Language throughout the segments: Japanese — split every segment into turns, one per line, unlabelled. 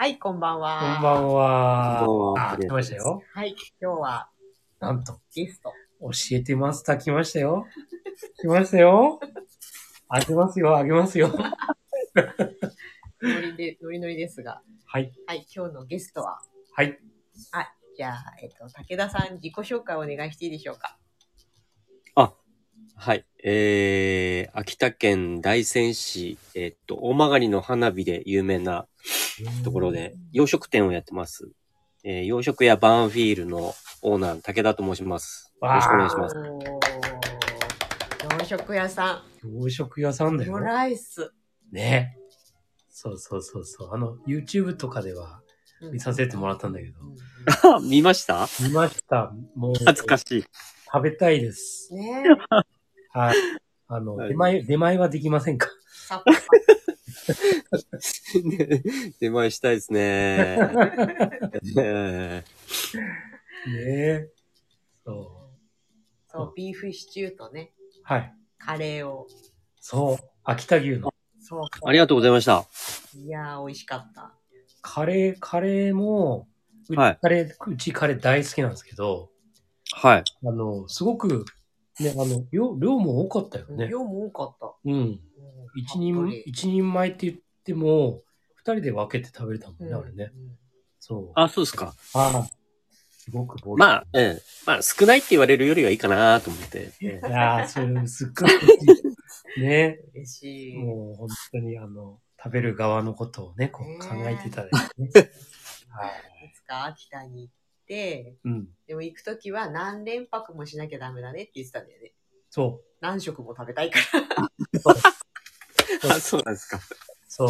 はい、こんばん
こ
は。
んばんは。
こんばんは
あ、来てましたよ。
はい、今日は
なんと、
ゲスト。
教えてマスター来ましたよ。来ましたよ。あげますよ、あげますよ。
ノリで、 ノリノリですが。
はい。
はい、今日のゲストは、
はい。
じゃあ、えっと、武田さん、自己紹介をお願いしていいでしょうか。
はい。えー、秋田県大仙市、えーっと、大曲の花火で有名なところで、洋食店をやってます。えー、洋食屋バーンフィールのオーナーの武田と申します。よ
わー
ろしくお願いし
お
ます。
ー洋食屋さ
洋食屋さん
ん、
だ
オ
よ
ム。ライス。
ね。そうそうそうそう。あの、YouTube とかでは
うん
見させてもらったんだけど
う。ん
見ました
見ました。もう、
恥ずか
食
しい。
べたいです。
ねえ、
はい。あの、
はい
出前、出前はできませんか
さっぱり。
出前したい です ね。えー
ねえ。そう。
そう、ビーフシチューとね、
はい。
カレーを。
そう。秋田牛の。
そうそう。
ありがとうございました。
いやー、美味しかった。
カレー、カレーも、うち
はい
カレー、うちカレー大好きなんですけど、
はい。
あの、すごく、ね、あの、量、量も多かったよね。
量も多かっ
うん。
た。
一人、
一
一人前って言っても、二人で分けて食べれたもんね、あれね。。
うん
そう。
あ、そうですか。
あすごくボリュー
ま
ム
あ、ええまあ、少ないって言われるよりはいいかなと思って。ええ
いやー、それ、すっごい嬉し い。ね。
嬉しい。
もう、本当に、あの、食べる側のことをね、こ
ね
う
え
考えていただいて ね。はい。
いつか秋田に行って、
うん。
でも行くときは何連泊もしなきゃダメだねって言ってたんだよね。
そ
何食も食べたいから。
あ、そうなんですか。
う。そう。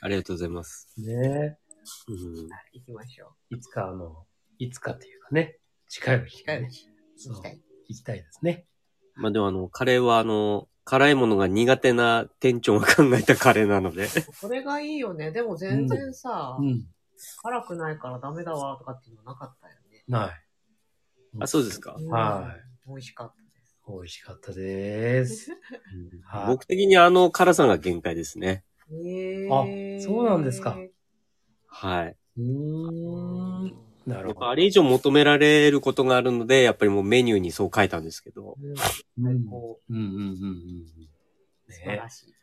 ありがとうございます。
ね
うん
行きましょ。
いつか、あの、いつかというかね、近いうち
近いう
に
ち
そ
行
う
きたい。
行きたいですね。
まあでもあの、カレーはあの、辛いものが苦手な店長が考えたカレーなの で。
それがいいよね。でも全然さ、
うん。
辛くないからダメだわとかっていうのなかったよね。
ない。
あ、そうですか。
は
うん。美味しかったです。
美味しかったです。はい
僕的にあの辛さが限界ですね。
へー
あそうなんですか
はい。
うーん。な
や
る
っぱ
ほど
あ。れ以上求められることがあるので、やっぱりもうメニューにそう書いたんですけど。
うん
うん
最高。
うんうんうんうん。
素晴
ね
らしい。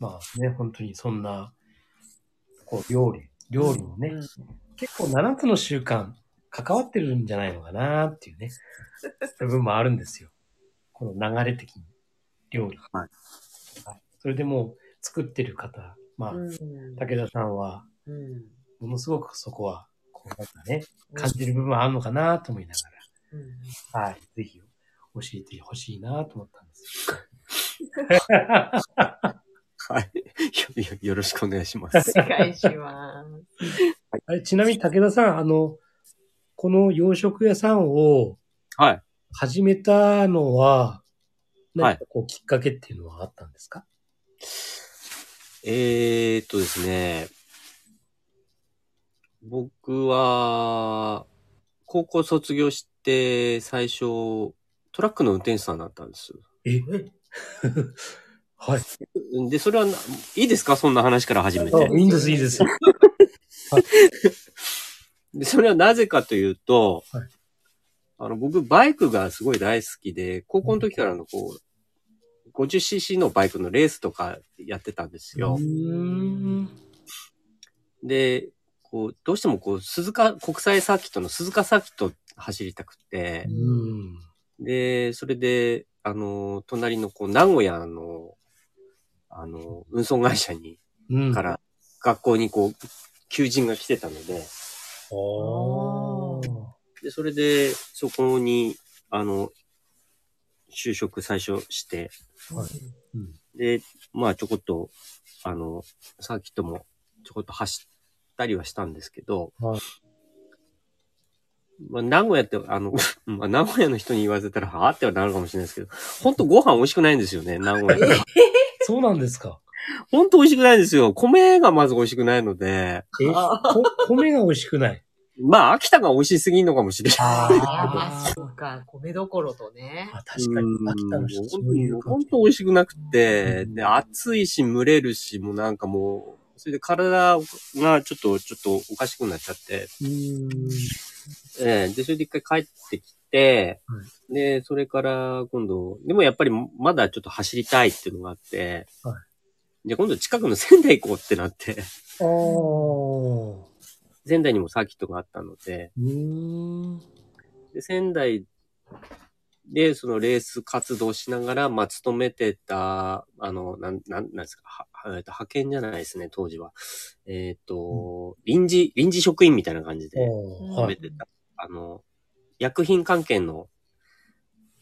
まあね、本当にそんな、こう、料理、料理もね、
うん
結構7つの習慣、関わってるんじゃないのかなっていうね、部分もあるんですよ。この流れ的に、料理。
はい
はいそれでもう、作ってる方、まあ、
うん
武田さんは、
うん
ものすごくそこは、こう、なんかね、感じる部分はあるのかなと思いなが
うん
ら、はい、ぜひ教えてほしいなと思ったんです
はい。よよよろしくお願いします。
お願いします。
よ。あれちなみに武田さん、あの、この洋食屋さんを
はい。
始めたの
はい
は、何かこうきっかけっていうのはあったんですか、
えー、っとですね。僕は、高校卒業して、最初、トラックの運転手さんだったんです。
えはい。
で、それはな、いいですかそんな話から始め
あ
て。
いいんです、いいです。
で、それはなぜかというと、
はい
あの、僕、バイクがすごい大好きで、高校の時からの、こう、50cc のバイクのレースとかやってたんですよ。
ん。
で、こう、どうしてもこう、鈴鹿、国際サーキットの鈴鹿サーキット走りたくて、
うん。
で、それで、あの、隣のこう、名古屋の、あの、運送会社に、
うん。
か。ら、学校にこう、求人が来てたので、
おー。
で、それで、そこに、あの、就職最初して、
はいうん。
で、まあちょこっと、あの、サーキットもちょこっと走ったりはしたんですけど、
はい
まあ名古屋って、あの、 まあ名古屋の人に言わせたら、はあってはなるかもしれないですけど、ほんとご飯美味しくないんですよね、名古屋。
そうなんですか。
ほんと美味しくないんですよ。米がまず美味しくないので、
え、こ米が美味しくない。
まあ秋田が美味しすぎんのかもしれない。
ああ、そうか、米どころとね。
あ、確かに、秋田の人、そういう
本当
感
本
じ
当美味しくなくて、
うん
で、暑いし、蒸れるし、もうなんかもう、それで体がちょっと、ちょっとおかしくなっちゃって、
うん。
ええで、それで一回帰ってきて、で、それから今度、でもやっぱりまだちょっと走りたいっていうのがあって、
は
じゃあ今度近くの仙台行こうってなって、
ああ。
仙台にもサーキットがあったので、
うん。
で仙台でそのレース活動しながら、まあ、勤めてた、あの、なん、なん、なんですか、は、はえっと派遣じゃないですね、当時は。えっ、と、臨時、臨時職員みたいな感じで。
おー
勤
は
め
い。
てた、あの、薬品関係の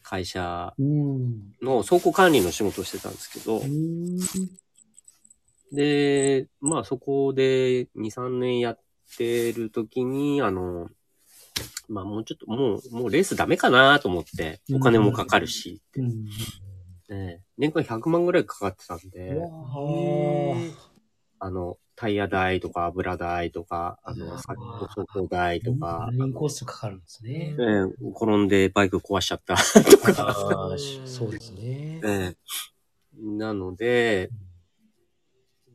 会社
うん。
の倉庫管理の仕事をしてたんですけど
う、ん。
で、まあそこで2、3年やってる時に、あの、まあもうちょっと、もう、もうレースダメかなと思って、お金もかかるし、
うん。
ね年間100万ぐらいかかってたんで、
わあ。
あの、タイヤ代とか油代とか、あ
う
の、
わ
作業代とか、
メインコースかかるんです
ね
ね。
転んでバイク壊しちゃったとか、
ああ、しそうですね。
ええなので、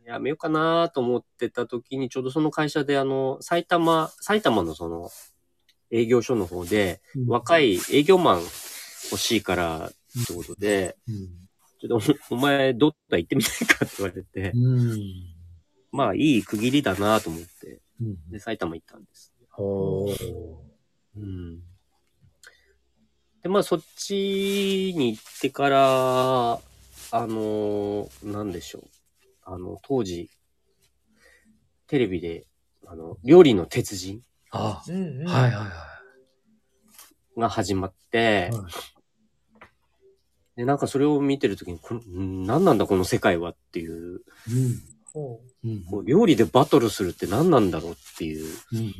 やめようかなと思ってた時に、ちょうどその会社で、あの、埼玉、埼玉のその、営業所の方で、若
い。
い営業マン欲しいから、ってことで、ちょっとお、お前、どっか行ってみないかって言われて、
うん。
まあ、いい区切りだなと思って、
うん。
で、埼玉行ったんです。
おー
うん。で、まあ、そっちに行ってから、あのー、なんでしょう。あの、当時、テレビで、あの、料理の鉄人
あ、
うんうん。
はいはいはい。
が始まって、
はい
で、なんかそれを見てるときに、この、ん何なんだこの世界はっていう、
うん。
ほ
うん。
こう料理でバトルするって何なんだろうっていう
うん。うん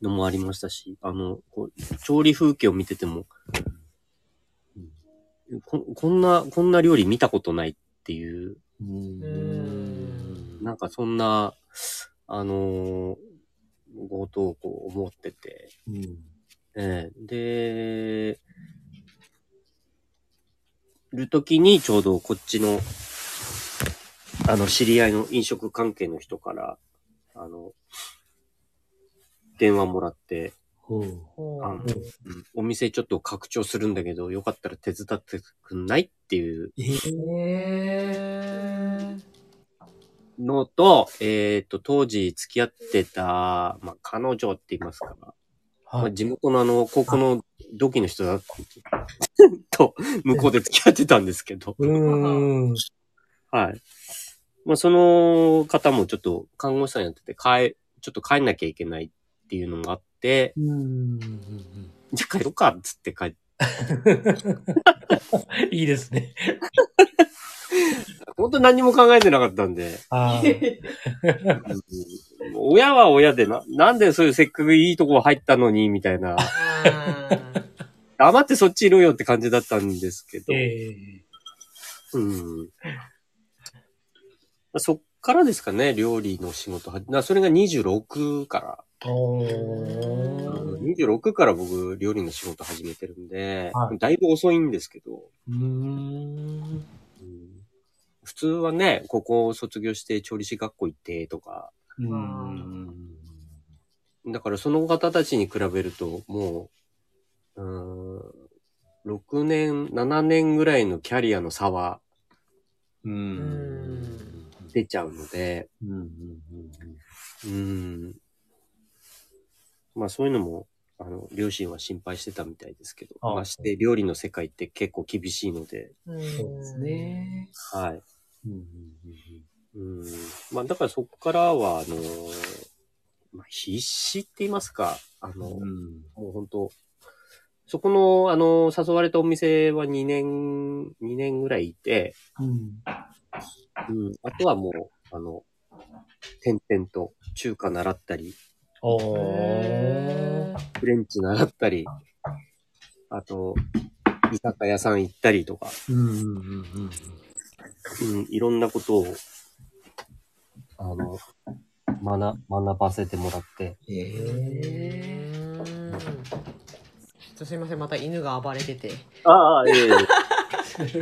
のもありましたし、あの、こう調理風景を見てても、ここんな、こんな料理見たことないっていう、
うん。
うん
なんかそんな、あのーことをこう思ってて、
うん。
ええで、るときにちょうどこっちの、あの、知り合いの飲食関係の人から、あの、電話もらって、
おー
うほう。
あのお店ちょっと拡張するんだけど、よかったら手伝ってくんないっていう
えー
へー
のと、えっ、と、当時付き合ってた、まあ、彼女って言いますか、ま
は
あ、
い。
地元のあの、高校の同期の人だ と、向こうで付き合ってたんですけど、
うーん。
はい。まあ、その方もちょっと看護師さんやってて、帰、ちょっと帰んなきゃいけないっていうのがあって、
うん。
じゃあ帰ろうかっつって帰って、
いいですね。
本当何も考えてなかったんで、
あー
うん親は親でな、なんでそういうせっかくいいとこ入ったのに、みたい な、
あー
黙ってそっちいろよって感じだったんですけど、
え
うん。そっからですかね、料理の仕事は。なそれが26か
ー。お
ら。
ー
26から僕、料理の仕事始めてるんで、
は
だいぶ遅いんですけど、
うーん。
うん普通はね、ここを卒業して調理師学校行ってとか、
うん。
だからその方たちに比べると、もう、うーん、6年、7年ぐらいのキャリアの差は
う
う。
んん
出ちゃうので、うん。まあそういうのも、あの、両親は心配してたみたいですけど、
あ
まして料理の世界って結構厳しいので、
そうです。ね。
はい。
うん。
うん。まあだからそこからは、あのーまあ、必死って言いますか、あの、もう本当そこの、あのー誘われたお店は2年、2年ぐらいいて、
うん。
うん。あとはもう、あの、点々と中華習ったり、
おー。
フレンチ習ったり、あと、居酒屋さん行ったりとか、
うんうんうんうん。
うん、いろんなことを、あの、学、学ばせてもらって。
ええ。
うんちょっとすいません、また犬が暴れてて。
ああ、ええ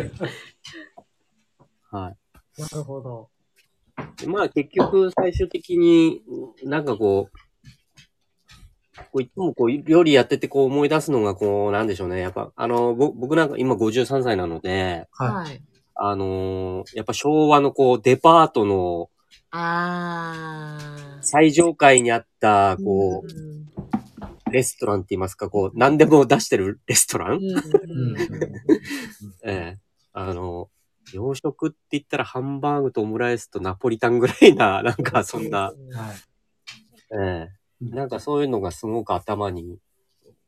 はい。
なるほど。
でまあ結局最終的になんかこう、こういつもこう料理やっててこう思い出すのがこうなんでしょうね。やっぱあの、ぼ僕なんか今53歳なので、
は
はい。
あのーやっぱ昭和のこうデパートの
あ
最上階にあった
ー。
こ
う。
うんレストランって言いますか、こう何でも出してる レストラン、
うん
うん
ええあの、洋食って言ったらハンバーグとオムライスとナポリタンぐらいな、なんかそんな、。
い。はい。
ええ
うん
なんかそういうのがすごく頭に、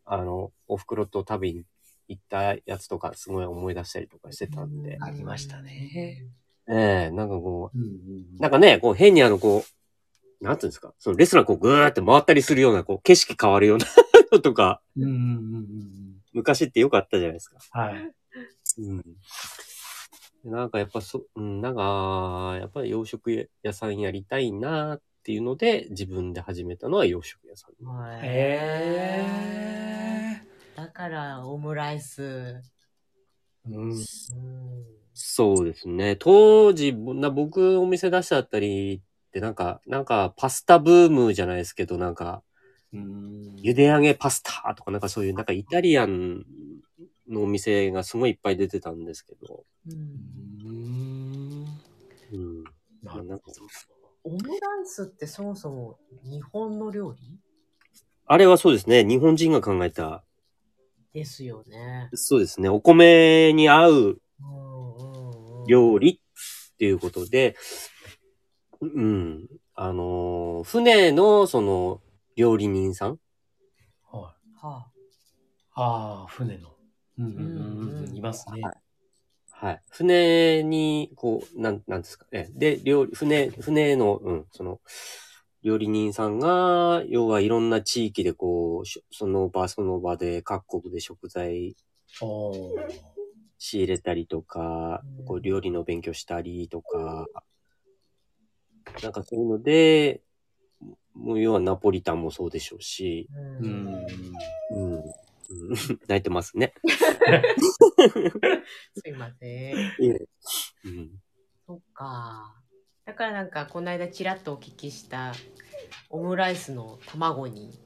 あの、お袋と食べに行ったやつとかすごい思い出したりとかしてたんで、
ありましたね。
ええなんかこ
うんうん
う、
う
なん
ん
かね、こう変にあの、こう、なんていうんですか、そのレストランこうぐーって回ったりするような、こう景色変わるようなのとか、
うんうんうんうん。
昔ってよかったじゃないですか。
はい。
うん。なんかやっぱそ、うん、なんか、やっぱり洋食屋さんやりたいなっていうので、自分で始めたのは洋食屋さん。
はい
へえ。
だから、オムライス。
うん。
うん
そうですね。当時、ぼな僕お店出しちゃったりって、なんか、なんかパスタブームじゃないですけど、なんか、
うん
茹で上げパスタとか、なんかそういう、なんかイタリアンのお店がすごいいっぱい出てたんですけど、
うん
うん。
うん。
なるほ
なんか
ど。
オムライスってそもそも日本の料理
あれはそうですね。日本人が考えた、
ですよね。
そうですね。お米に合う
うんうんうん
料理っていうことで、うん。あのー船の、その、料理人さん
はい。
は
ああ、船の。うんうん
うん
う。
うんん
いますね。
はい。船に、こう、なん、なんですかね。で、料理、船、船の、うん、その、料理人さんが、要はいろんな地域で、こう、しその場その場で各国で食材
おお。
仕入れたりとか
う、ん
こう料理の勉強したりとか、なんかそういうので、もう要はナポリタンもそうでしょうし、
あう
うんん。
うん うん泣いてますね。
すいません。
うん、
そっか。だからなんか、この間ちらっとお聞きした、オムライスの卵に、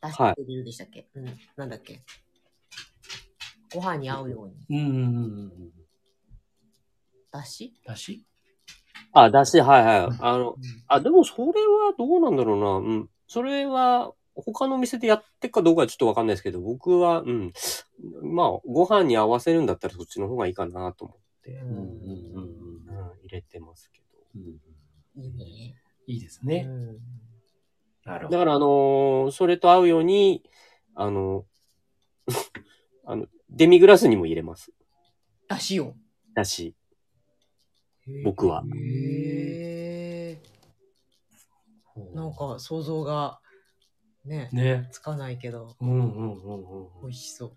出してる理由でしたっけ、うん。なんだっけご飯に合うように。
うんうんうんうん。
だし
だし
あ、だし、はいはい。あの、
うん
あ、でもそれはどうなんだろうな。うん。それは、他の店でやってっかどうかはちょっとわかんないですけど、僕は、うん。まあ、ご飯に合わせるんだったらそっちの方がいいかなと思って、
うんうんうんうん
うん、入れてますけ
うん。
いいね。
いいですね
う。ん
な
ど。だ
るほど。
から、あのーそれと合うように、あの、 あの、デミグラスにも入れます。
だしを。
だし、僕は。
へえ。なんか想像がね、
ね。
つかないけど、
うんうんうんうん
美
うん。
味しそ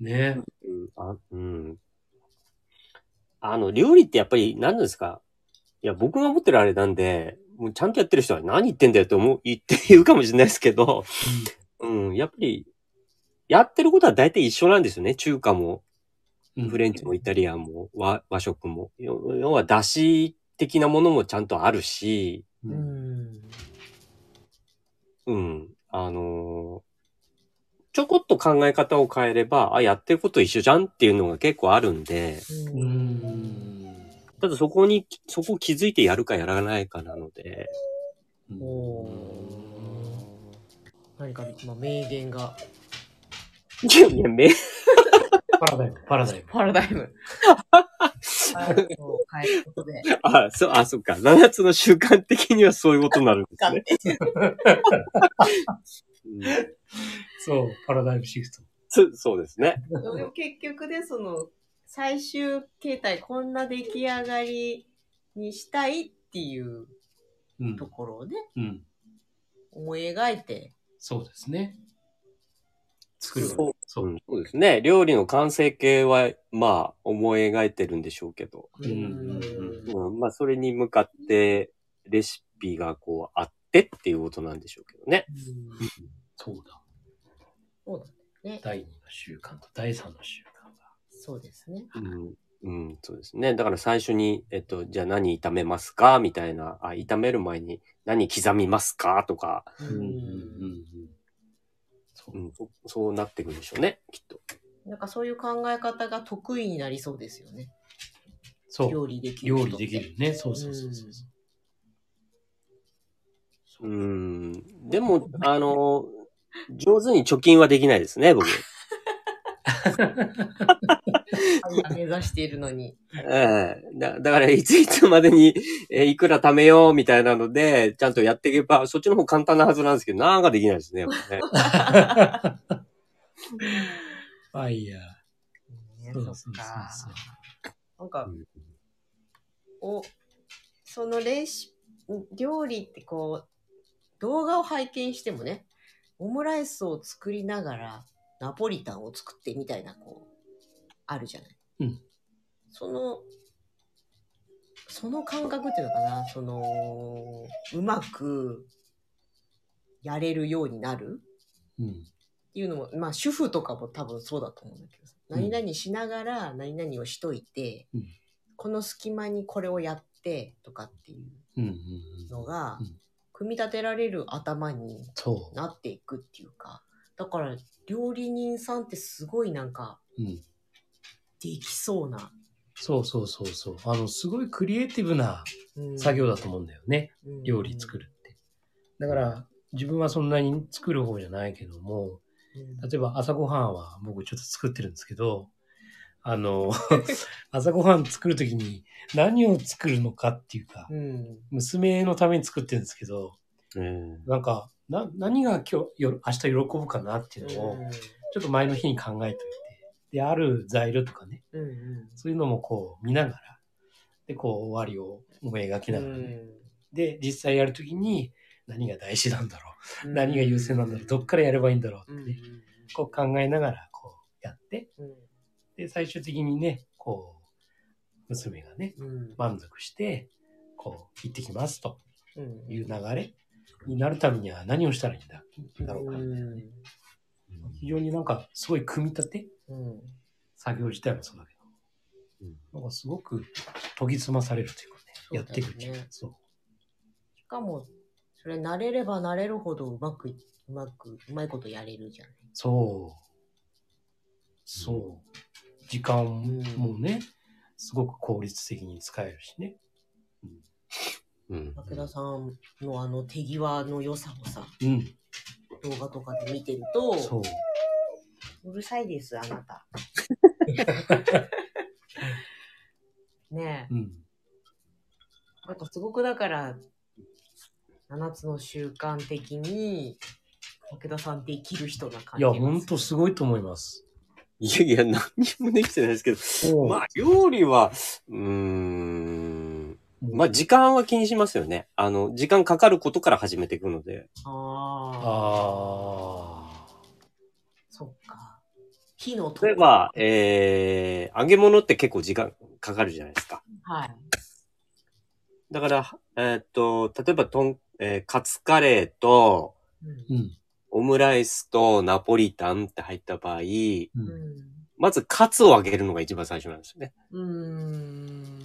う。
ね。
うんあ、うん。あの、料理ってやっぱり何なんですかいや、僕が持ってるあれなんで、もうちゃんとやってる人は何言ってんだよって思う、言って言うかもしれないですけど、 うん、やっぱり、やってることは大体一緒なんですよね。中華も、
うん
フレンチもイタリアンも、和和食も。要要は、だし的なものもちゃんとあるし、
う
うんん。
うん、あのーちょこっと考え方を変えれば、あ、やってること一緒じゃんっていうのが結構あるんで、
う。ん。
ただそこに、そこを気づいてやるかやらないかなので、
うん
おー何か、まあ、名言が。
いやいや、め、
パラダイム、パラダイム。
パラダイム。パラダイムを変えることで。
あ、そう、あ、そっか。7つの習慣的にはそういうことになるんですね。 うん
そう、パラダイムシフト。
そうそうですね。
でも結局で、その、最終形態、こんな出来上がりにしたいっていう
うん
と。ころをね、
うん。
思い描いて。
そうですね。作る
そう。
そうう。
んそうですね。料理の完成形は、まあ、思い描いてるんでしょうけど、
うんうんう
うん、まあ、それに向かって、レシピがこう、あってっていうことなんでしょうけどね。
そうだ。
そうだね。
第2の習慣と第3の習慣が。
そうですね。
うん、うん、そうですね。だから最初に、えっと、じゃあ何炒めますかみたいな、あ、炒める前に何刻みますかとか、、
う。
うんうんうんんそううん
そそうなってくるでしょうね、きっと。
なんかそういう考え方が得意になりそうですよね。
そう。
料理できる
料
人
理
って。
できるね。そうそうそうそう。
うー ん。でも、あの、上手に貯金はできないですね、僕。
あ目指しているのに。
ええだだから、いついつまでに、えいくら貯めようみたいなので、ちゃんとやっていけば、そっちの方簡単なはずなんですけど、なんかできないですね。やっぱね
ファイヤー。
ね
そう
そ
そ
っ
うそう
か。
そう。
なんか
うん、
お、そのレシピ、料理ってこう、動画を拝見してもね、オムライスを作りながら、ナポリタンを作ってみたいな、こう、あるじゃない。
うん
その、その感覚っていうのかな、その、うまくやれるようになる
うん。
っていうのも、まあ主婦とかも多分そうだと思うんだけどさ、
う
何
ん
々しながら何々をしといて、
うん
この隙間にこれをやってとかっていう
うんうんうん。
のが、
うん
組み立てられる頭に
そ
なっていくっていうか、だから料理人さんってすごいなんか
う。うん。
できそうな、
そうそうそうそう。あの、すごいクリエイティブな
うん
作業だと思うんだよね。
うん
料理作るって。だから、自分はそんなに作る方じゃないけども、
うん
例えば朝ごはんは僕ちょっと作ってるんですけど、あ の、朝ごはん作るときに何を作るのかっていうか、
うん
娘のために作ってるんですけど、なんか、な、何が今日、よ明日喜ぶかなっていうのを、ちょっと前の日に考えておいて、で、ある材料とかね、
うんうん
そういうのもこう見ながら、で、こう終わりを思い描きながらね、で、実際やるときに何が大事なんだろ
う
う、
ん
何が優先なんだろう、どっからやればいいんだろうってね、こう考えながらこうやって、
うん
で、最終的にね、こう、娘がね、
うん
満足して、こう、行ってきますと
うん
いう流れになるためには何をしたらいいんだだろうか
う
みたいなね。
ん
非常になんかすごい組み立て
うん
作業自体もそうだけ
うん
ど、なんかすごく研ぎ澄まされるというかね、
そうだよね
やっていくっていうか、そう。
しかも、それ慣れれば慣れるほどうまくい、うまく、うまいことやれるじゃない。
そう。そう。時間もね、すごく効率的に使えるしね。
うん。
武田さんのあの手際の良さをさ、
うん、
動画とかで見てると、
そう
う。るさいです、あな た。ねえ、
うん、
なんかすごくだから、7つの習慣的に、武田さんできる人な感
い
じ
や、
が
ほんと
す
すごいと思います。
いやいや、何もできてないですけど、
うん
まあ、料理は、うーん。まあ、時間は気にしますよね。あの、時間かかることから始めていくので。
る。ああ、
あ
そっか。火の通
例えば、えー、揚げ物って結構時間かかるじゃないですか。
はい。
だから、えーっと、例えば、とん、えーカツカレーと、
うん
ー。うん、
オムライスとナポリタンって入った場合、
う、
うんん
まずカツを揚げるのが一番最初なんですよね。
うーんうん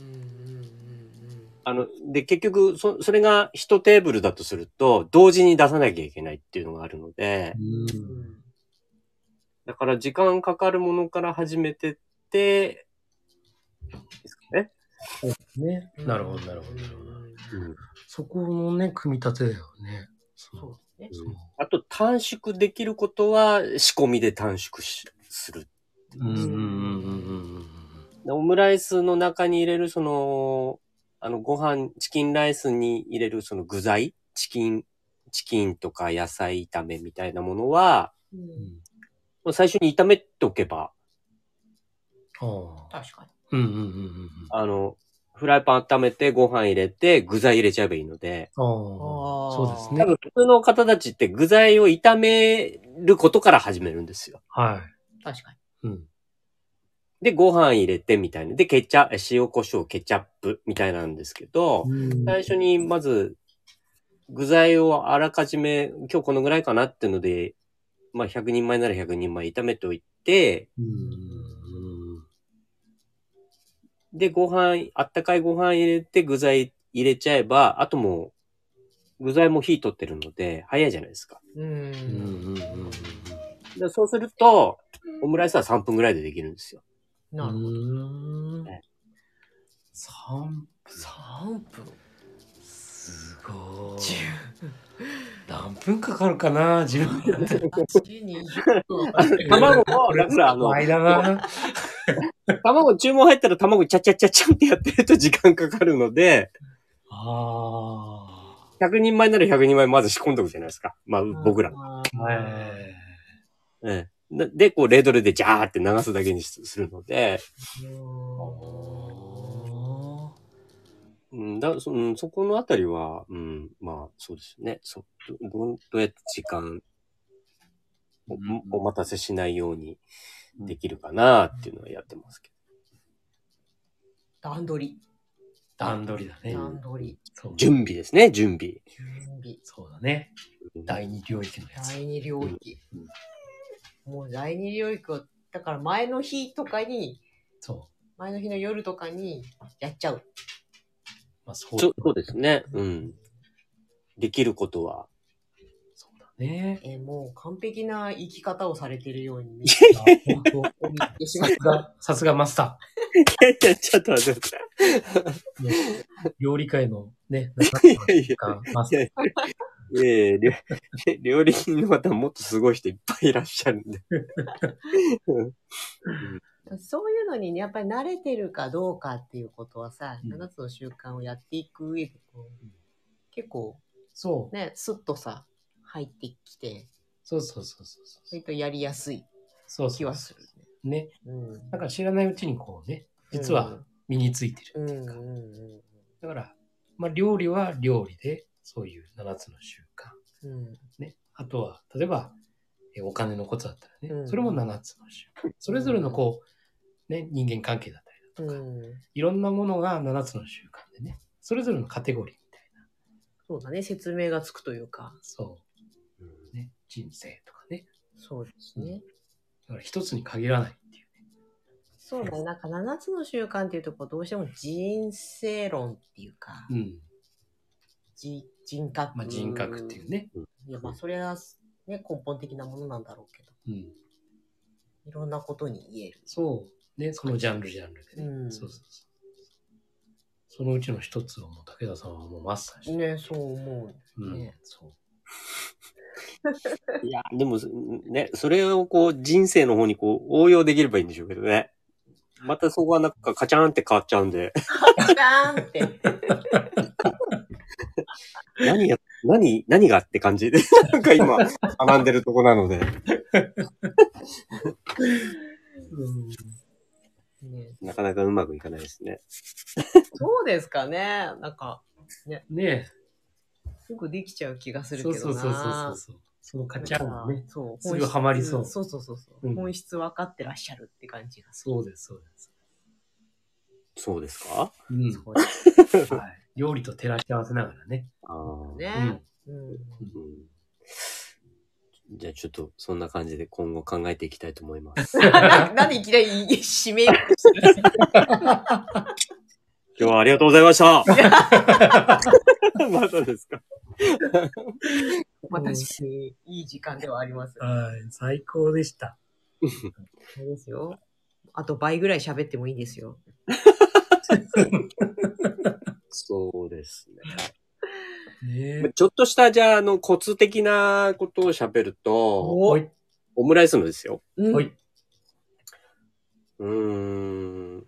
あの、で、結局、そ、それが一テーブルだとすると、同時に出さなきゃいけないっていうのがあるので、
う
うんうん
ん、
だから時間かかるものから始めてって、ですかね。
ね。
うん
なるほど、なるほど、なるほど。
うん。
そこのね、組み立てだよね。
そうですね。
そう。
あと、短縮できることは、仕込みで短縮し、する。
うん、うん、うん、うんうん。
でオムライスの中に入れる、その、あの、ご飯、チキンライスに入れる、その具材、チキン、チキンとか野菜炒めみたいなものは、
うん
もう最初に炒めておけば、
ああ。
確か
うん、うん、うん、うん。
あの、フライパン温めてご飯入れて具材入れちゃえばいいので、
ああ。
あー
そうです
多
ね。
分普通の方たちって具材を炒めることから始めるんですよ。
は
に。確かに。
い。うん。
で、ご飯入れてみたいな。で、ケチャ、塩コショウ、ケチャップみたいなんですけど、最初にまず具材をあらかじめ今日このぐらいかなっていうので、まあ100人前なら100人前炒めておいて、
うん
で、ご飯、あったかいご飯入れて具材入れちゃえば、あともう、具材も火取ってるので、早いじゃないですか。
うんうん
うんうんでそうすると、オムライスは3分ぐらいでできるんですよ。
なるほど。
ど
ね。
三
3分
すごい。
10
何分かかるかな自分でやってる。
に
卵も、だからあの、
間が。
卵注文入ったら卵チャチャチャチャンってやってると時間かかるので、
あ
100人前なら100人前まず仕込んどくじゃないですか。まあ、僕ら。
あ。はい。
ええなで、こう、レードルでジャーって流すだけにしするので、
お
うんだそうん、そこのあたりは、うん、まあ、そうですね。そどどどうやって時間お
うん
お待たせしないようにできるかなっていうのはやってますけ
段取り。
段取りだね。
段取り。
そう
ど。準備ですね、準備。
準備。
そうだね。第二領域のやつ。
第二領域。もう第二領域を、だから前の日とかに、
そ
前の日の夜とかにやっちゃう。
う。まあ、そう
そうそうですね。うん。できることは。
そうだね。
えーもう完璧な生き方をされてるように見
あ 本当
てしまう
さす。が、さすがマスタ
いやいや、ちょっと待ってください。
ー。ね、料理界のね、
やいや
マスター。
ええ料料理人の方もっとすごい人いっぱいいらっしゃるんで。
そういうのにねやっぱり慣れてるかどうかっていうことはさ、
うん
7つの習慣をやっていく上でこう、結構
そう。
ね、スッとさ、入ってきて、
そうそうそうそうそう。
割とやりやすい
そう
気
そ
は
う
するね。
ね。
うん
だから知らないうちにこうね、実は身についてるっていうか。
うんうん
だから、まあ、料理は料理で、そういう7つの習慣。
うんうん
ね。あとは、例えば、えお金のことだったらね、
うん
それも7つの習慣。それぞれのこう、ね、人間関係だったりだとか、
うん
いろんなものが7つの習慣でね、それぞれのカテゴリーみたいな。
そうだね、説明がつくというか、
そう。ね。人生とかね。
そうですね。
だから一つに限らないっていうね。
そうだね、なんか7つの習慣っていうとこうどうしても人生論っていうか、
うん。
じ人格。
まあ、人格っていう。ね。
いや、まあそれは、ね、根本的なものなんだろうけど、
うん。
いろんなことに言える。
そう。ね、そのジャンルジャンルでね。
うん
そうそうそう。そのうちの一つをもう武田さんはもうマスターして、
ね、そう思う。
うん
ね
そう。
いや、でも、ね、それをこう、人生の方にこう、応用できればいいんでしょうけどね。またそこはなんか、カチャーンって変わっちゃうんで、
じゃーんって。
何や、何、何がって感じ で、なんか今、学んでるとこなので。
ね、
なかなかうまくいかないですね。
そうですかね。なんか、
ね
すぐできちゃう気がす
え、
る
そ
けど
う
な。
そうそうそうそう。そのカチャンがね。
そう。
すぐハマりそう
そうそうそうそう、
うん
本質分かってらっしゃるって感じがす
そうです、そうです。
そうですか
うん
る。。そうです
はい、料理と照らし合わせながら ね。
ああ。
う
ね
ん。。
うん。
うんじゃあちょっと、そんな感じで今後考えていきたいと思います。
な なんでいきなり締めようとしてる
今日はありがとうございました またですか
まあ確かにいい時間ではあります。あ
はい、最高でした。
れですよ。あと倍ぐらい喋ってもいいですよ。
そうです
ね
ね。ちょっとした、じゃあ、あの、コツ的なことを喋ると、
お
おい、
オムライスのですよ。
うん
おい。
うーん。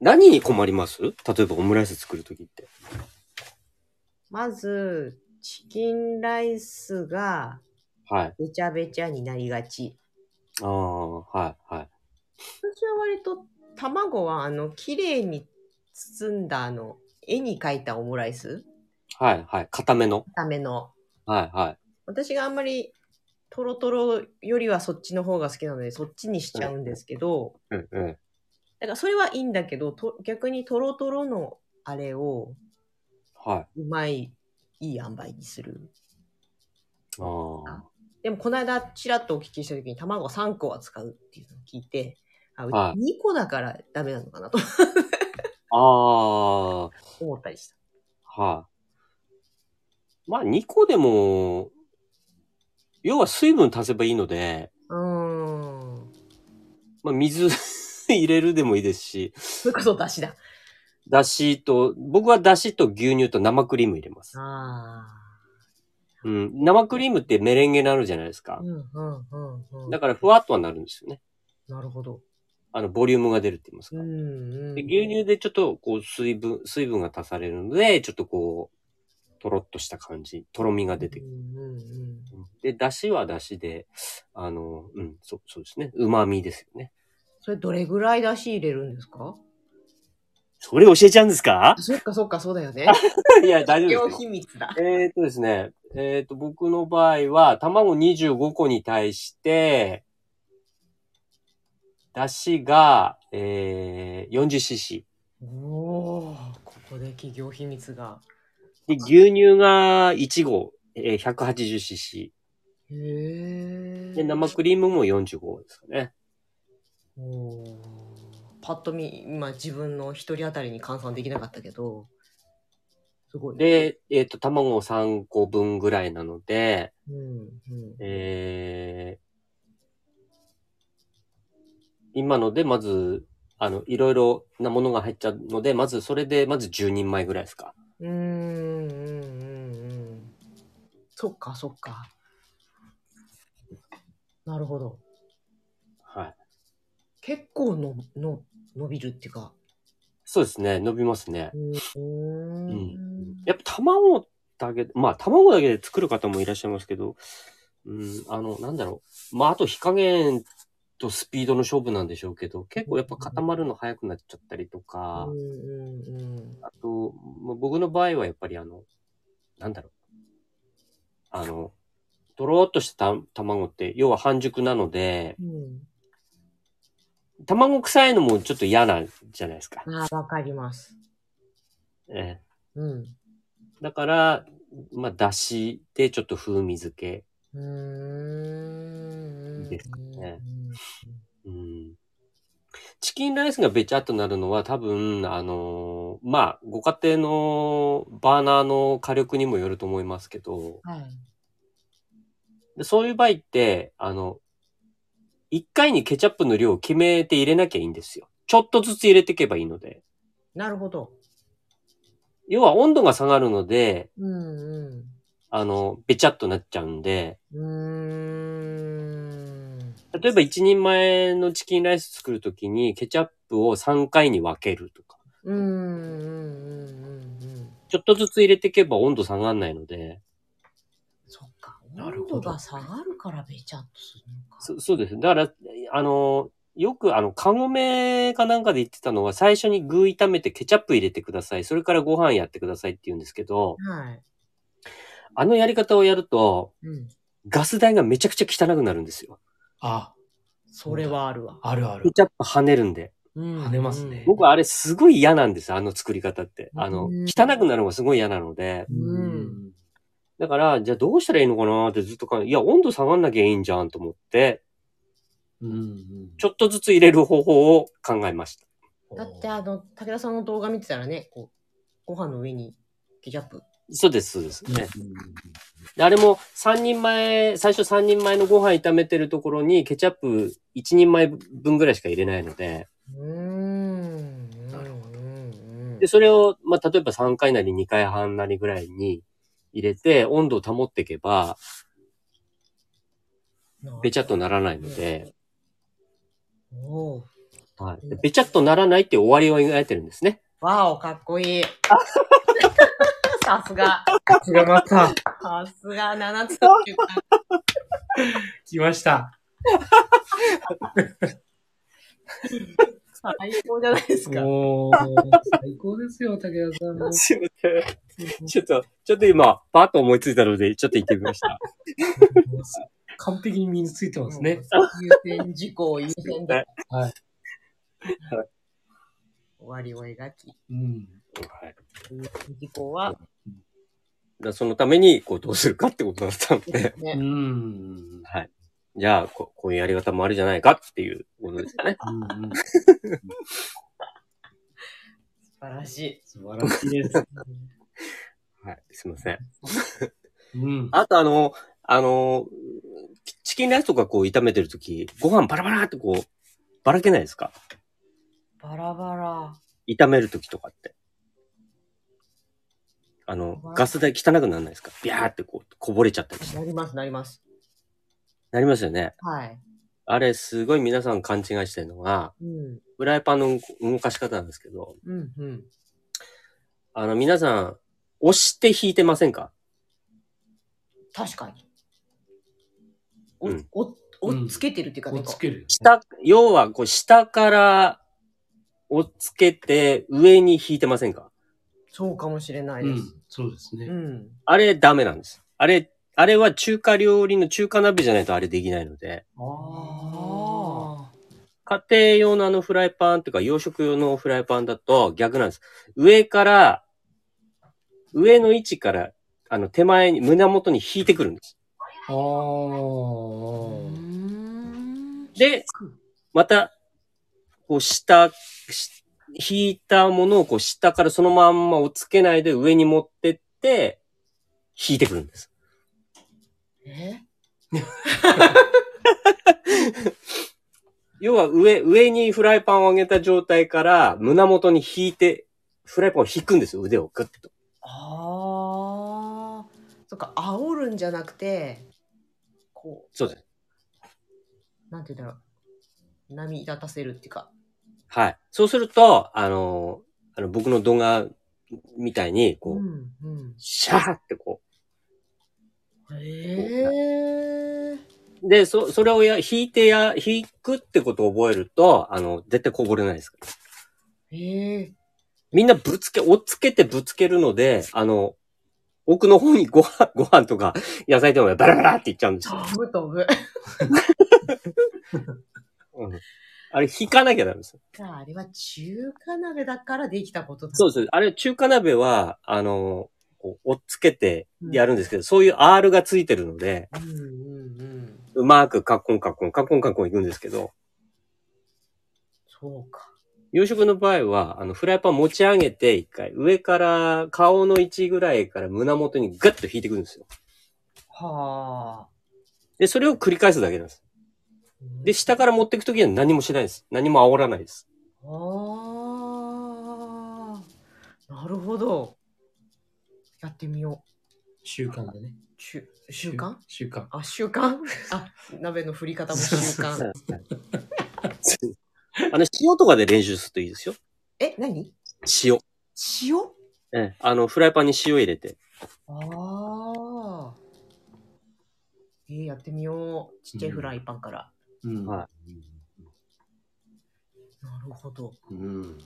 何に困ります例えばオムライス作るときって。
まず、チキンライスが
はい。
べちゃべちゃになりがち。
ああ、はい、はい。
私は割と卵はあの、綺麗に包んだあの、絵に描いたオムライス
はい、はい。固めの。
ための。
はい、はい。
私があんまりトロトロよりはそっちの方が好きなので、そっちにしちゃうんですけど、
うん、うん。
だからそれはいいんだけど、と逆にトロトロのあれを
はい。
うまい、いい塩梅にする。
ああ。
でもこの間ちらっとお聞きした時に卵3個は使うっていうのを聞いて、あ、うち
はい
2個だからダメなのかなと。
あ
思ったりした。
あ、はい。まあ、2個でも、要は水分足せばいいので、
うーん。
まあ、水 入れるでもいいですし、
それこそ出汁だ。
だしと、僕はだしと牛乳と生クリーム入れます。
あ
うん。生クリームってメレンゲになるじゃないです
あ。
か
う。んうんうんうん。
だからふわっとはなるんですよね。
なるほど。
あの、ボリュームが出るって言います
う
か。
んうん。
で牛乳でちょっとこう水分、水分が足されるので、ちょっとこう、とろっとした感じ、とろみが出てくる。
うんうんうん。
で、だしはだしで、あの、うん、そう、そうですね。旨味ですよね。
それどれぐらい出汁入れるんですか
それ教えちゃうんですか
あそっかそっか、そうだよ ね。
いや、大丈夫
企業
ですよ。
秘密だ。
えーっとですね、えーっと、僕の場合は、卵25個に対して、だしが、えー、40cc。
おおー、ここで企業秘密が。
で、牛乳が1合、えー、180cc。
へえ。
で、生クリームも45ですかね。
おーパッと見、今自分の一人当たりに換算できなかったけど、すごい。、
で、えっ、と、卵3個分ぐらいなので、
うんうん、
えー、今ので、まず、あの、いろいろなものが入っちゃうので、まず、それで、まず10人前ぐらいですか。
うーんうんうんうんそっかそっかなるほど
はい。
結構のの伸びるっていうか
そうですね、伸びますね。
うーん
うんやっぱ卵だけ、まあ、卵だけで作る方もいらっしゃいますけど、うん、あの、なんだろう。まあ、あと火加減とスピードの勝負なんでしょうけど、結構やっぱ固まるの早くなっちゃったりとか、
うんうんうん
あと、まあ、僕の場合はやっぱりあの、なんだろう。あの、とろーっとしたた卵って、要は半熟なので、
うん
卵臭いのもちょっと嫌なんじゃないですか。
あーわかります
ええ
うん
だから、まあ、だしでちょっと風味付け。
うーん
いいですかね
う
う
ん
ん。チキンライスがべちゃっとなるのは多分、あのーまあ、ご家庭のバーナーの火力にもよると思いますけど、
はい
でそういう場合って、あの、一回にケチャップの量を決めて入れなきゃいいんですよ。ちょっとずつ入れていけばいいので。
なるほど
要は温度が下がるので、
うんうん
あの、べちゃっとなっちゃうんで、
うーん
例えば一人前のチキンライス作るときにケチャップを3回に分けるとか、
うんうんうんうんうん
ちょっとずつ入れていけば温度下がらないので、
そっか。
なる
温
ほど
度が下がるからべちゃっとするのか。
そそうです。だから、あの、よくあの、カゴメかなんかで言ってたのは、最初に具炒めてケチャップ入れてください。それからご飯やってくださいって言うんですけど、
はい。
あのやり方をやると、
うん。
ガス代がめちゃくちゃ汚くなるんですよ。
あ、
それはあるわ。
あるある
ケ。チャップ跳ねるんで。
うん
跳ねますね
僕あれすごい嫌なんです、あの作り方って。あの
うん、
汚くなるのがすごい嫌なので。
うん
だから、じゃあどうしたらいいのかなってずっと考え、いや、温度下がんなきゃいいんじゃんと思って、
うん。うん。
ちょっとずつ入れる方法を考えました。
だってあの、武田さんの動画見てたらね、こう、ご飯の上にケチャップ。
そうです、そうです。ね。
う
であれも3人前、最初3人前のご飯炒めてるところにケチャップ1人前分ぐらいしか入れないので、
うーん。
なる
ほど。うん
で、それを、まあ、例えば3回なり2回半なりぐらいに入れて温度を保っていけば、べちゃっとならないので、
おう
はい、でべちゃっとならないって終わりを描いてるんですね。
わお、かっこいい。さすが。
ん。がまた、
さすが、七つ
来ました。
最高じゃないですか。
もう、最高ですよ、武田さん。
すいません。ちょっと、ちょっと今、パッと思いついたので、ちょっと言ってみ ました。
完璧に身についてますね。
優先事項優先で。
はい。
終わりを描き、
うん。
はい、だか
優先事項は、
らそのために、こう、どうするかってことだったので、
う
ね、
ん。
はい。じゃあこ、こういうやり方もあるじゃないかっていうことですね。
うんうん
晴らしい。
素晴らしいです。
はい、すいません。
うん。
あとあの、あの、チチキンライスとかこう炒めてるとき、ご飯バラバラってこう、ばらけないですか
バラバラ。
炒めるときとかって。あの、ガス代汚くならないですかビャーってこう、こぼれちゃったりして。
なります、なります。
なりますよね。
はい。
あれ、すごい皆さん勘違いしてるのが、
うん。
フライパンの動かし方なんですけど、
うん、うん。
あの、皆さん、押して引いてませんか
確かに。お、
うん
お、おっつけてるっていうか、
こ
な
うん
か
つけるよね。
下、要は、こう、下から、をつけて、上に引いてませんか
そうかもしれないうです。
ん。そうです
う
ね。
ん。
あれ、ダメなんです。あれ、あれは中華料理の中華鍋じゃないとあれできないので、
ああ。
家庭用のあのフライパンっていうか、洋食用のフライパンだと逆なんです。上から、上の位置から、あの、手前に、胸元に引いてくるんです。
ああ。
で、また、こう、下、し引いたものをこう、下からそのまんまをつけないで上に持ってって、引いてくるんです。
え
要は上、上にフライパンを上げた状態から胸元に引いて、フライパンを引くんですよ、腕をグッと。
ああ。そっか、煽るんじゃなくて、こ
そうです。
う、なんて言うんだろう。波立たせるっていうか。
はい。そうすると、あの、あの僕の動画みたいに、こう、
ん、うん。
シャーってこ
へえ。
う。で、そ、それをや、引いてや、引くってことを覚えると、あの、絶対こぼれないですから。
へえ。
みんなぶつけ、おっつけてぶつけるので、あの、奥の方にご飯、ご飯とか野菜とかがバラバラっていっちゃうんですよ。
飛ぶ飛ぶ。
うんあれ、引かなきゃダメです。
じゃあ、あれは中華鍋だからできたことだ。
そうです。あれ、中華鍋は、あの、こう、追っつけてやるんですけど、そういう R がついてるので、
うんうんうん。
うまくカッコンカッコン、カッコンカッコンいくんですけど、
そうか。
洋食の場合は、あの、フライパン持ち上げて、一回、上から、顔の位置ぐらいから胸元にガッと引いてくるんですよ。
はあ。
で、それを繰り返すだけなんです。で、下から持っていくときには何もしないです。何も煽らないです。
ああ。なるほど。やってみよ
習慣だね
う。。ちゅ習慣
習慣。
あ、習慣あ、 鍋の振り方も習慣。
あの、塩とかで練習するといいですよ。
え、何
塩。
塩
ええ、あの、フライパンに塩入れて。
ああ。えーやってみよう。ちっちゃいフライパンから。
うん
はい
なるほど。
うん。
そ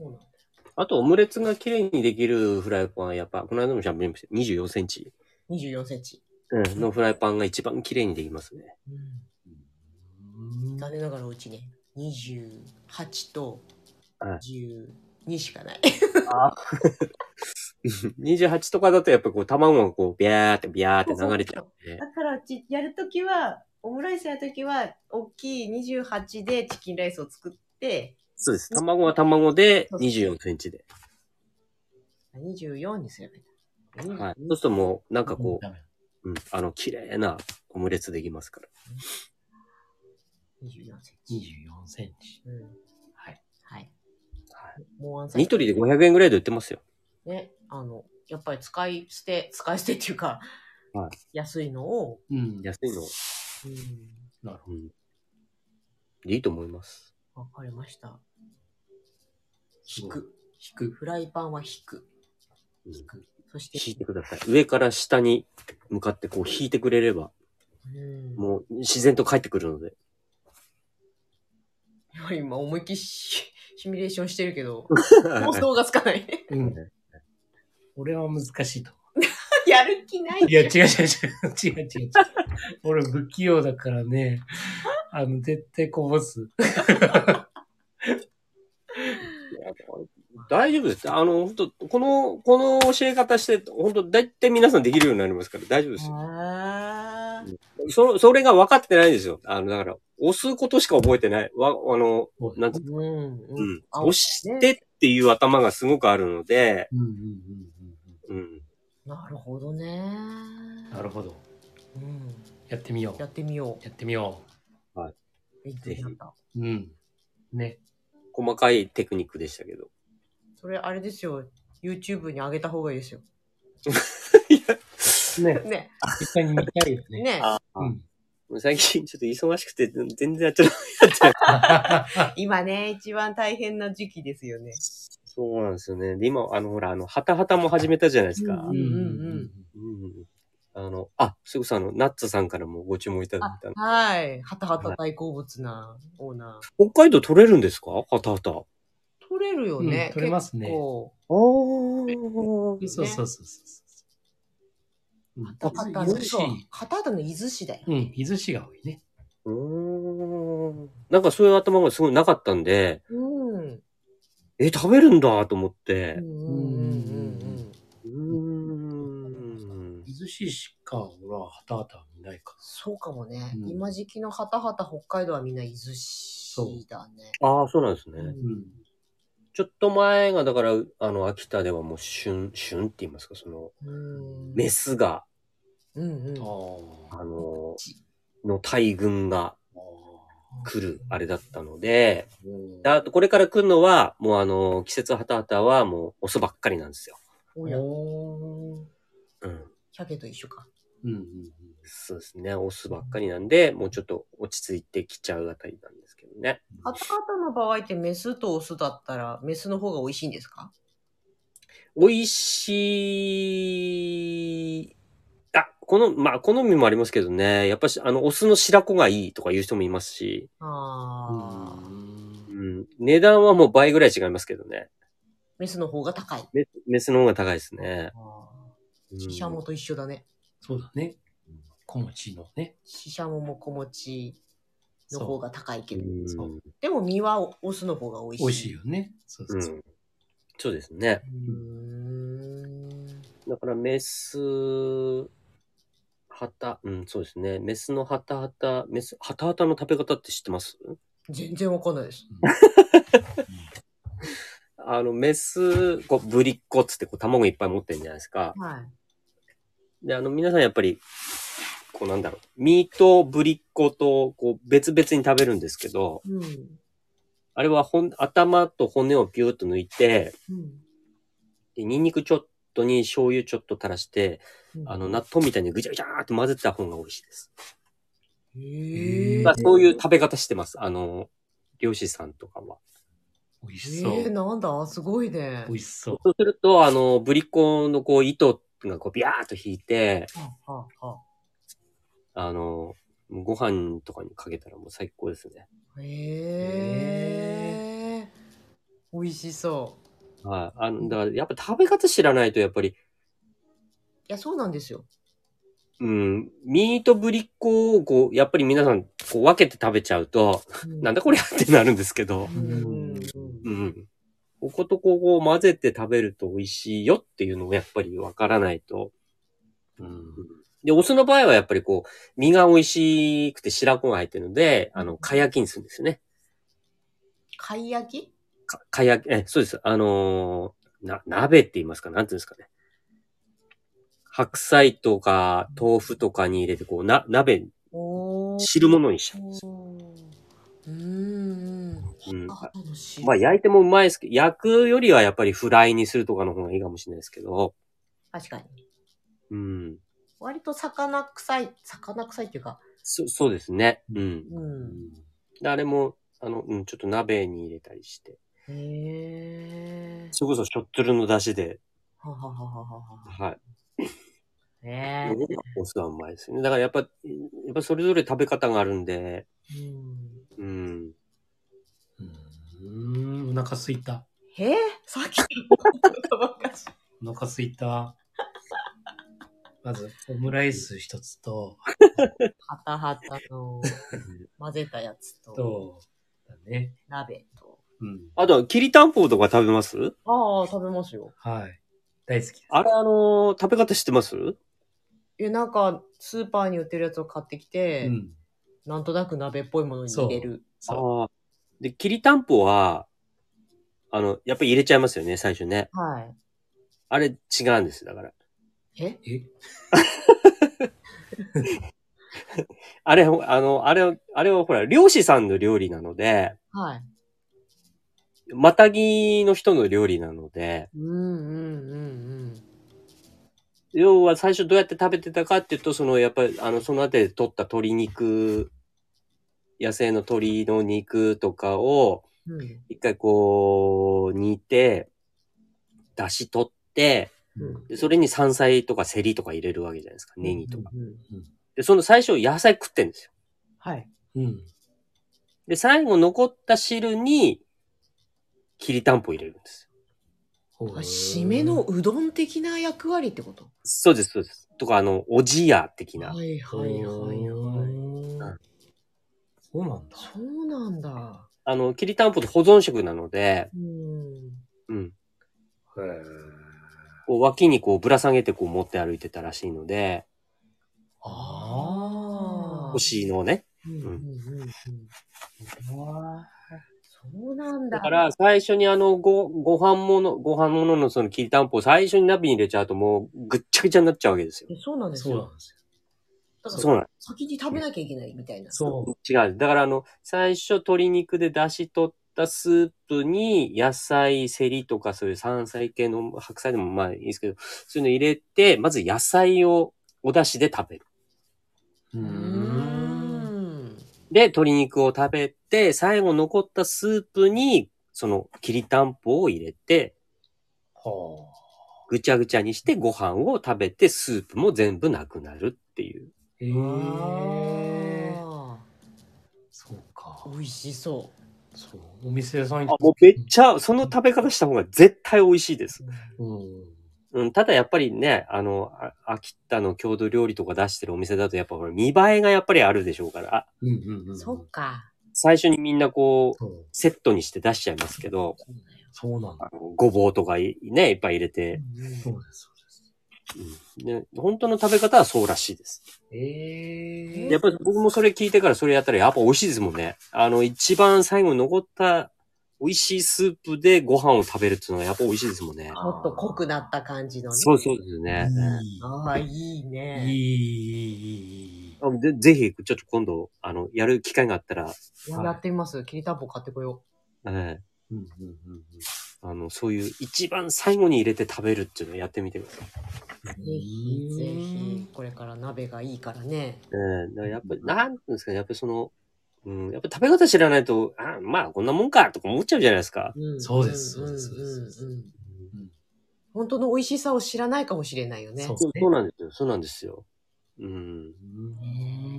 うなんだ。
あと、オムレツが綺麗にできるフライパンは、やっぱ、この間もしゃべりました。24センチ
24センチ。
のフライパンが一番綺麗にできますね。
うん、残念ながらうちね、28と
は
12しかない。
28とかだと、やっぱこう、卵がこう、ビャーってビャーって流れちゃうので。
だからうちやるときは、オムライスやるときは、大きい28でチキンライスを作って、
そうです。卵は卵で
そう
24センチで。
24にすればいいんだ。
はい。そうするともう、なんかこ
ダメ
う、うん、あの、綺麗なオムレツできますから。
24センチ。
24センチ。
うん。
はい。
はい。
は
もうワンサイズ
ニトリで500円ぐらいで売ってますよ。
ね、あの、やっぱり使い捨て、 使い捨てっていうか、
は
安いのを、
うん。
安いの。
うん、
なるほ
うん。でいいと思います。
わかりました。
ど。
引く。
引く。
フライパンは引く。
うん
そして、
引いてください。上から下に向かってこう引いてくれれば、
うん、
もう自然と帰ってくるので。
今思いっきりシシミュレーションしてるけど、妄想がつかない。
うん。俺は難しいと思。
やる気ないう
いや、違う違う違う。違う違う違う。俺不器用だからね。あの、絶対こぼす。
大丈夫です。あの、本当この、この教え方して、本当大体皆さんできるようになりますから大丈夫ですよ。
あな。
そ、それが分かってないんですよ。あの、だから、押すことしか覚えてない。わ、あの、なんて
うん。
う
うん
ん。押してっていう頭がすごくあるので、
うんうん
うん。
なるほどね。
うん。なるほど。
うん。
やってみよう。
やってみよ
やってみよ
う。勉強になった。
う。うん。ね。
細かいテクニックでしたけど。
それ、あれですよ。YouTube に上げた方がいいですよ。
ね。
ね。
実際に見たいですね。
ね。
あ
う
あ
ん。
最近ちょっと忙しくて、全然やってない。
今ね、一番大変な時期ですよね。
そうなんですよね。で、今、あの、ほら、あの、ハタハタも始めたじゃないですか。
うん
うん
うんあの、あ、それこそあの、ナッツさんからもご注文いただ
あ
いたの。
はい。はたはた大好物なオーナ
北海道取れるんですかハタハタ。あ
ー。取れるよね。
うん取れますね
結構。
あ
うん。そうそうそうそう。うん
ハタハタ
伊豆市。
ハタハタの伊豆市だよ。
うん、伊豆市が多いね。
うーん。なんかそういう頭がすごいなかったんで、
うん。
え、食べるんだと思っ
う
て。
んうんうんうん。
うーん。
伊豆市しか、ほら、はたはた見ないか
そうかもね。
うん
今時期のハタハタ北海道はみんな伊豆市だね。
ああ、そうなんですね。
うん
ら。うん。
ちょっと前が、だから、あの、秋田ではもう旬、旬って言いますか、その、
うん。
メスが、
うんうん。
ああ。
あの、の大群が来る、あれだったので、
うん
であとこれから来るのは、もうあの、季節ハタハタはもうオスばっかりなんですよ。
おや、
おー
うん。
鮭と一緒か。
うんうんうん。
そうですね。オスばっかりなんで、もうちょっと落ち着いてきちゃうあたりなんですけどね。
ハタハタの場合ってメスとオスだったら、メスの方が美味しいんですか
美味しい、あ、この、まあ、好みもありますけどね。やっぱし、あの、オスの白子がいいとか言う人もいますし、
ああ、
う。
うん
値段はもう倍ぐらい違いますけどね。
メスの方が高い。
メスメスの方が高いですね。うん
シシャモと一緒だね。
そうだね。小餅のね。
シシャモも小餅の方が高いけ
う
ど。
ん
そ
そう
う。
でも身はオスの方が美味しい。
美味しいよね。そうそううそう。
ん。そうですね。
うーん。
だからメス、ハタ、うん、そうですね。メスのハタハタ、メス、ハタハタの食べ方って知ってます
全然わかんないです。
あの、メス、こう、ぶりっ子っつって、こう、卵いっぱい持ってるじゃないですか。
はい。
で、あの、皆さんやっぱり、こう、なんだろう、身とぶりっ子と、こう、別々に食べるんですけど、
うん。
あれは、ほん、頭と骨をピューっと抜いて、
うん。
で、ニンニクちょっとに醤油ちょっと垂らして、
うん
あの、、納豆みたいにぐちゃぐちゃーって混ぜた方が美味しいです。
へ
う
え
ん
まあ、そういう食べ方してます。あの、漁師さんとかは。
美味
え
しそ
ー、
う。
なんだすごいね。
美味しそう。
そうすると、あの、ブリコのこう、糸がこう、ビャーっと引いて、
はあはあは
あの、ご飯とかにかけたらもう最高ですね。
あへえ。美味しそう。
はい。あの、だから、やっぱ食べ方知らないと、やっぱり、
いや、そうなんですよ。
うん、ミートブリコをこう、やっぱり皆さん、こう、分けて食べちゃうと、なんだこりゃってなるんですけど、
うんうん
うん。こことここを混ぜて食べると美味しいよっていうのをやっぱりわからないと。
うん
で、お酢の場合はやっぱりこう、身が美味しくて白子が入ってるので、あの、かやきにするんですよね。
貝焼き
か、かやき、え、そうです。あのーな、鍋って言いますか、なんていうんですかね。白菜とか、豆腐とかに入れて、こう、な、鍋、
おー。
汁物にしちゃうんです。
おーうーん。
うん。
あ、楽しい。
まあ、焼いてもうまいですけど、焼くよりはやっぱりフライにするとかの方がいいかもしれないですけど、
確かに。
うん。
割と魚臭い、魚臭いっていうか、
そ、そうですね。うん。
うん。
であれも、あの、うん、ちょっと鍋に入れたりして。
へえ。
それこそ、しょっつるの出汁で、
はははははは。
はい。
へ
でお酢はうまいですね。だからやっぱ、やっぱそれぞれ食べ方があるんで、
え。うん
うん。
うん。うんお腹すいた。
へえさっきのことばっかし。
お腹すい た。まず、オムライス一つと、
はたはた の混ぜたやつと、
と、だね。
鍋と。
うん。
あとは、きりたんぽとか食べます
ああ、食べますよ。
はい。大好きです。
あれ、あのー食べ方知ってます
いや、なんか、スーパーに売ってるやつを買ってきて、
うん。
なんとなく鍋っぽいものに入れる。
そう。
ああ。で、きりたんぽは、あの、やっぱり入れちゃいますよね、最初ね。
は
あれ違うんです、だから。
い。え
え
あれ、あの、あれ、あれはほら、漁師さんの料理なので、
はい。
またぎの人の料理なので、
うんうんうん
要は最初どうやって食べてたかっていうと、その、やっぱり、あの、その後で取った鶏肉、野生の鶏の肉とかを、
うん。うん
一回こう、煮て、出汁取って、
うん
でそれに山菜とかセリとか入れるわけじゃないですか、ネギとか。
うん。
で、その最初野菜食ってんですよ。
はい。
うん。
で、最後残った汁に、きりたんぽ入れるんですよ。
ほう
あ締めのうどん的な役割ってこと
そうです、そうです。とか、あの、おじや的な。
はいはいはいはい。
はい。そうなんだ。
そうなんだ。
あの、きりたんぽって保存食なので、
うん。
うん。
へえ。
こう脇にこうぶら下げてこう持って歩いてたらしいので、
あ
あ
ー
あ。
腰のね。
うんうんうんうんそうなんだ。
だから、最初にあの、ご、ご飯もの、ご飯もののそのきりたんぽを最初に鍋に入れちゃうともうぐっちゃぐちゃになっちゃうわけですよ。
えそうなんです
そう
よ
な。んですよ。
だから
そうなん
先に食べなきゃいけないみたいな。
そ
違う。だからあの、最初鶏肉で出汁取ったスープに野菜、セリとかそういう山菜系の白菜でもまあいいですけど、そういうの入れて、まず野菜をお出汁で食べる。
う。う
うー
ん。
ん。
で、鶏肉を食べて、最後残ったスープに、そのきりたんぽを入れて、
はあ。
ぐちゃぐちゃにしてご飯を食べて、スープも全部なくなるっていう。
へえ。
あ
そうか
ー。美味しそ
そう。お店屋さん
あ、もうめっちゃ、その食べ方した方が絶対美味しいです。
う。
うん。
うん、ただやっぱりね、あの、あ秋田の郷土料理とか出してるお店だと、やっぱほら見栄えがやっぱりあるでしょうから、あ
うんうんうん。
そっか。
最初にみんなこう、
そう。
セットにして出しちゃいますけど、
そうなんだ。
あのごぼうとかいね、いっぱい入れて、
そうです、そうです。
うんね、本当の食べ方はそうらしいです。
え
で
え。
やっぱり僕もそれ聞いてからそれやったらやっぱ美味しいですもんね。あの、一番最後に残った美味しいスープでご飯を食べるっていうのはやっぱ美味しいですもんね。
ちょっと濃くなった感じのね。
そうそうですね。
いい
ああ、いいね。
いい、いい、
でぜひ、ちょっと今度、あの、やる機会があったら、
いややってみます。きりたんぽ買ってこよ
ええ
うんうんうん
あの、そういう一番最後に入れて食べるっていうのをやってみてください。
う。
うん。
ぜひ、ぜひ、これから鍋がいいからね。
ええだからやっぱり、なんていうんですかね、やっぱりその、うん、やっぱ食べ方知らないと、あまあ、こんなもんか、とか思っちゃうじゃないですか。
うん
そうです
ん
そうですそうです
んん
うん
本当の美味しさを知らないかもしれないよね。
そう
そうそうなんですよ、そうなんですよ。うん。
ねえ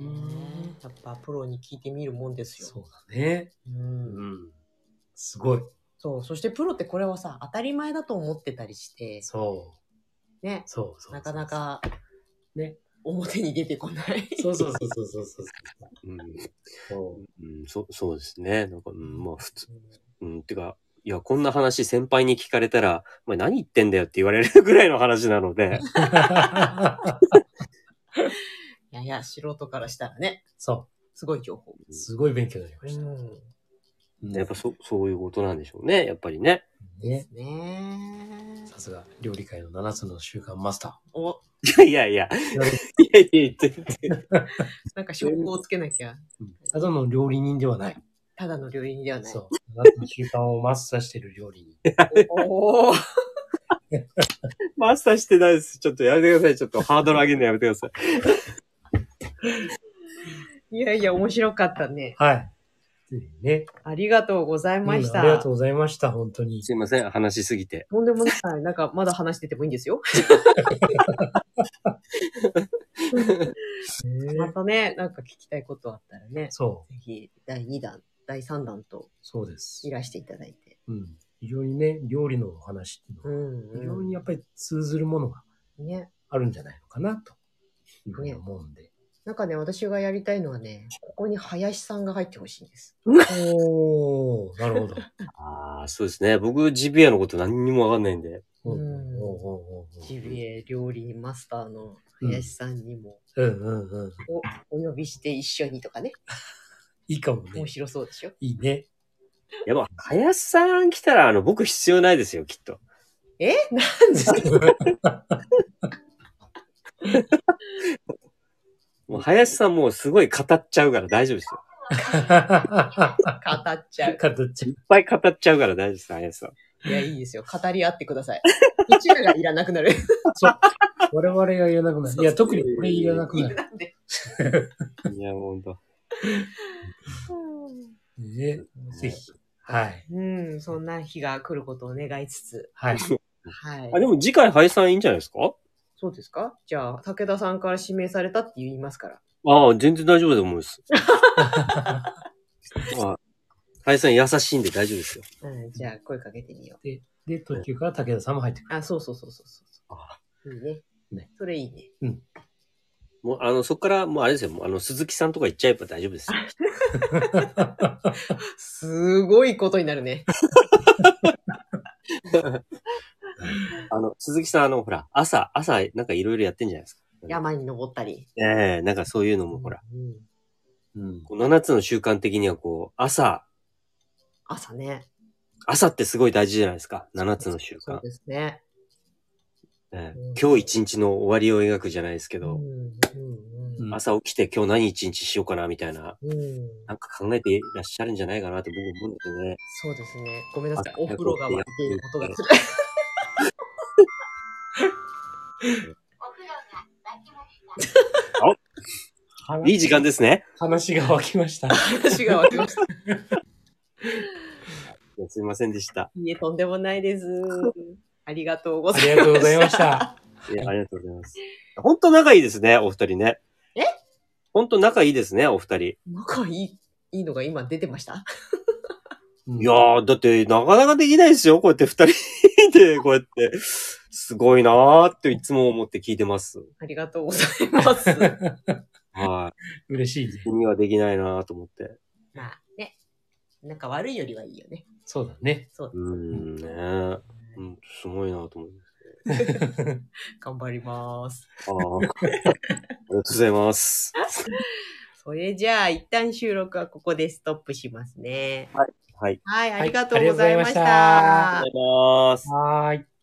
やっぱプロに聞いてみるもんですよ。
そうだね。
うん
うん。すごい。
そう。そしてプロってこれはさ、当たり前だと思ってたりして、
そう。
ね、
そうそう。
なかな。か、
ね。
表に出てこない。
そうそうそうそうそうそう。
うん、
そう
うん、そそうですね。なんか、うん、まあ、普通、うん、てか、いや、こんな話先輩に聞かれたら、お前何言ってんだよって言われるぐらいの話なので、
いやいや、素人からしたらね、
そ
すごい情報。
う。すごい勉強になりました。
やっぱそ、そういうことなんでしょうね、やっぱりね。
ね。
ねえ。
さすが、料理界の7つの習慣マスタ
お、
いやいやいや、
ー。
いやいや、全然。
なんか証拠をつけなきゃ、
ただの料理人ではない。
ただの料理人ではない。
そう。7つの習慣をマスターしてる料理人。
おおー
マスターしてないです。ちょっとやめてください。ちょっとハードル上げるのやめてください。
いやいや、面白かったね。
はい。ぜひね。
ありがとうございまし
う
た。
んありがとうございました、本当に。
すいません、話しすぎて。
とんでもない。なんか、まだ話しててもいいんですよ。またね、なんか聞きたいことあったらね、ぜ
そう、
ひ、第2弾、第3弾と
そうです
い。らしていただいて。
うん。非常にね、料理のお話ってい
う
うのは、
ん、
非常
うん。
にやっぱり通ずるものが
ね。
あるんじゃないのかな、というふうに思うんで。
なんかね、私がやりたいのはね、ここに林さんが入ってほしいんです。
おー、なるほど。
ああ、そうですね。僕、ジビエのこと何にもわかんないんで。
お
う
ー
ん
お
ジビエ料理マスターの林さんにも、
うんうんうん。
お呼びして一緒にとかね。
いいかもね
面。白そうでしょ。
いいね。
やば、林さん来たら、あの、僕必要ないですよ、きっと。
え なんで
もう林さんもうすごい語っちゃうから大丈夫ですよ。
語っちゃう。
形。
いっぱい語っちゃうから大丈夫です、林さん。
いや、いいですよ。語り合ってください。うちらがいらなくなる。
そう。我々がいらなくなる。いや、特にこれいらなくなる。
なんで。
いや、ほんと。
ね、ぜひ。はい。
うん、そんな日が来ることを願いつつ。
はい。
はい
あ、。でも次回林さんいいんじゃないですか
そうですかじゃあ、武田さんから指名されたって言いますから。
ああ、全然大丈夫だと思い ます。まあ、林さん優しいんで大丈夫ですよ。
うん、じゃあ、声かけてみよ
で、途中から武田さんも入ってく
う。あ、そうそうそうそうそう。
あ
いいね。
ね
それいいね。
もう、あの、そこから、もうあれですよ、もうあの、鈴木さんとか行っちゃえば大丈夫ですよ。
すごいことになるね。
あの、鈴木さん、あの、ほら、朝、朝、なんかいろいろやってんじゃないですか。
山に登ったり。
ええなんかそういうのも、ほら、
うん。
る。うん。
こう7つの習慣的には、こう、朝、
朝ね。
朝ってすごい大事じゃないですか。7つの習
そ
慣
う。ですね。
ええ
うん
今日一日の終わりを描くじゃないですけ
うん
ど、
うんうん
うん
朝起きて今日何一日しようかな、みたいな、
うん
なんか考えていらっしゃるんじゃないかなって僕思うんですよね。
そうですね。ごめんなさい
あ。
お風呂が沸いていることがする。
いい時間ですね。
話が湧きました。
話が沸きました。
いやすいませんでした。
いいえ、とんでもな いです。ありがとうござ
あ
いま
り
す。
がとうございま した。
いやありがとうございます。本当仲いいですね、お二人ね。
え
本当仲いいですね、お二人。い
仲いい、いいのが今出てました。
い
やー、だって、なかなかできないですよ、こうやって二人 で、こうやって。すごいなーっていつも思って聞いてます。
ありがとうございます。
は
嬉しいね。
い。君はできないなーと思って。
まあね、なんか悪いよりはいいよね。
そうだね。
そう
うーん、ねーうん、すごいなーと思いま
頑張ります。
す。あ ーありがとうございます。
それじゃあ、一旦収録はここでストップしますね。
はい。
はい、あ
はい
りがとうございました。
ありがとうございました
ありがとうございます。
はーい。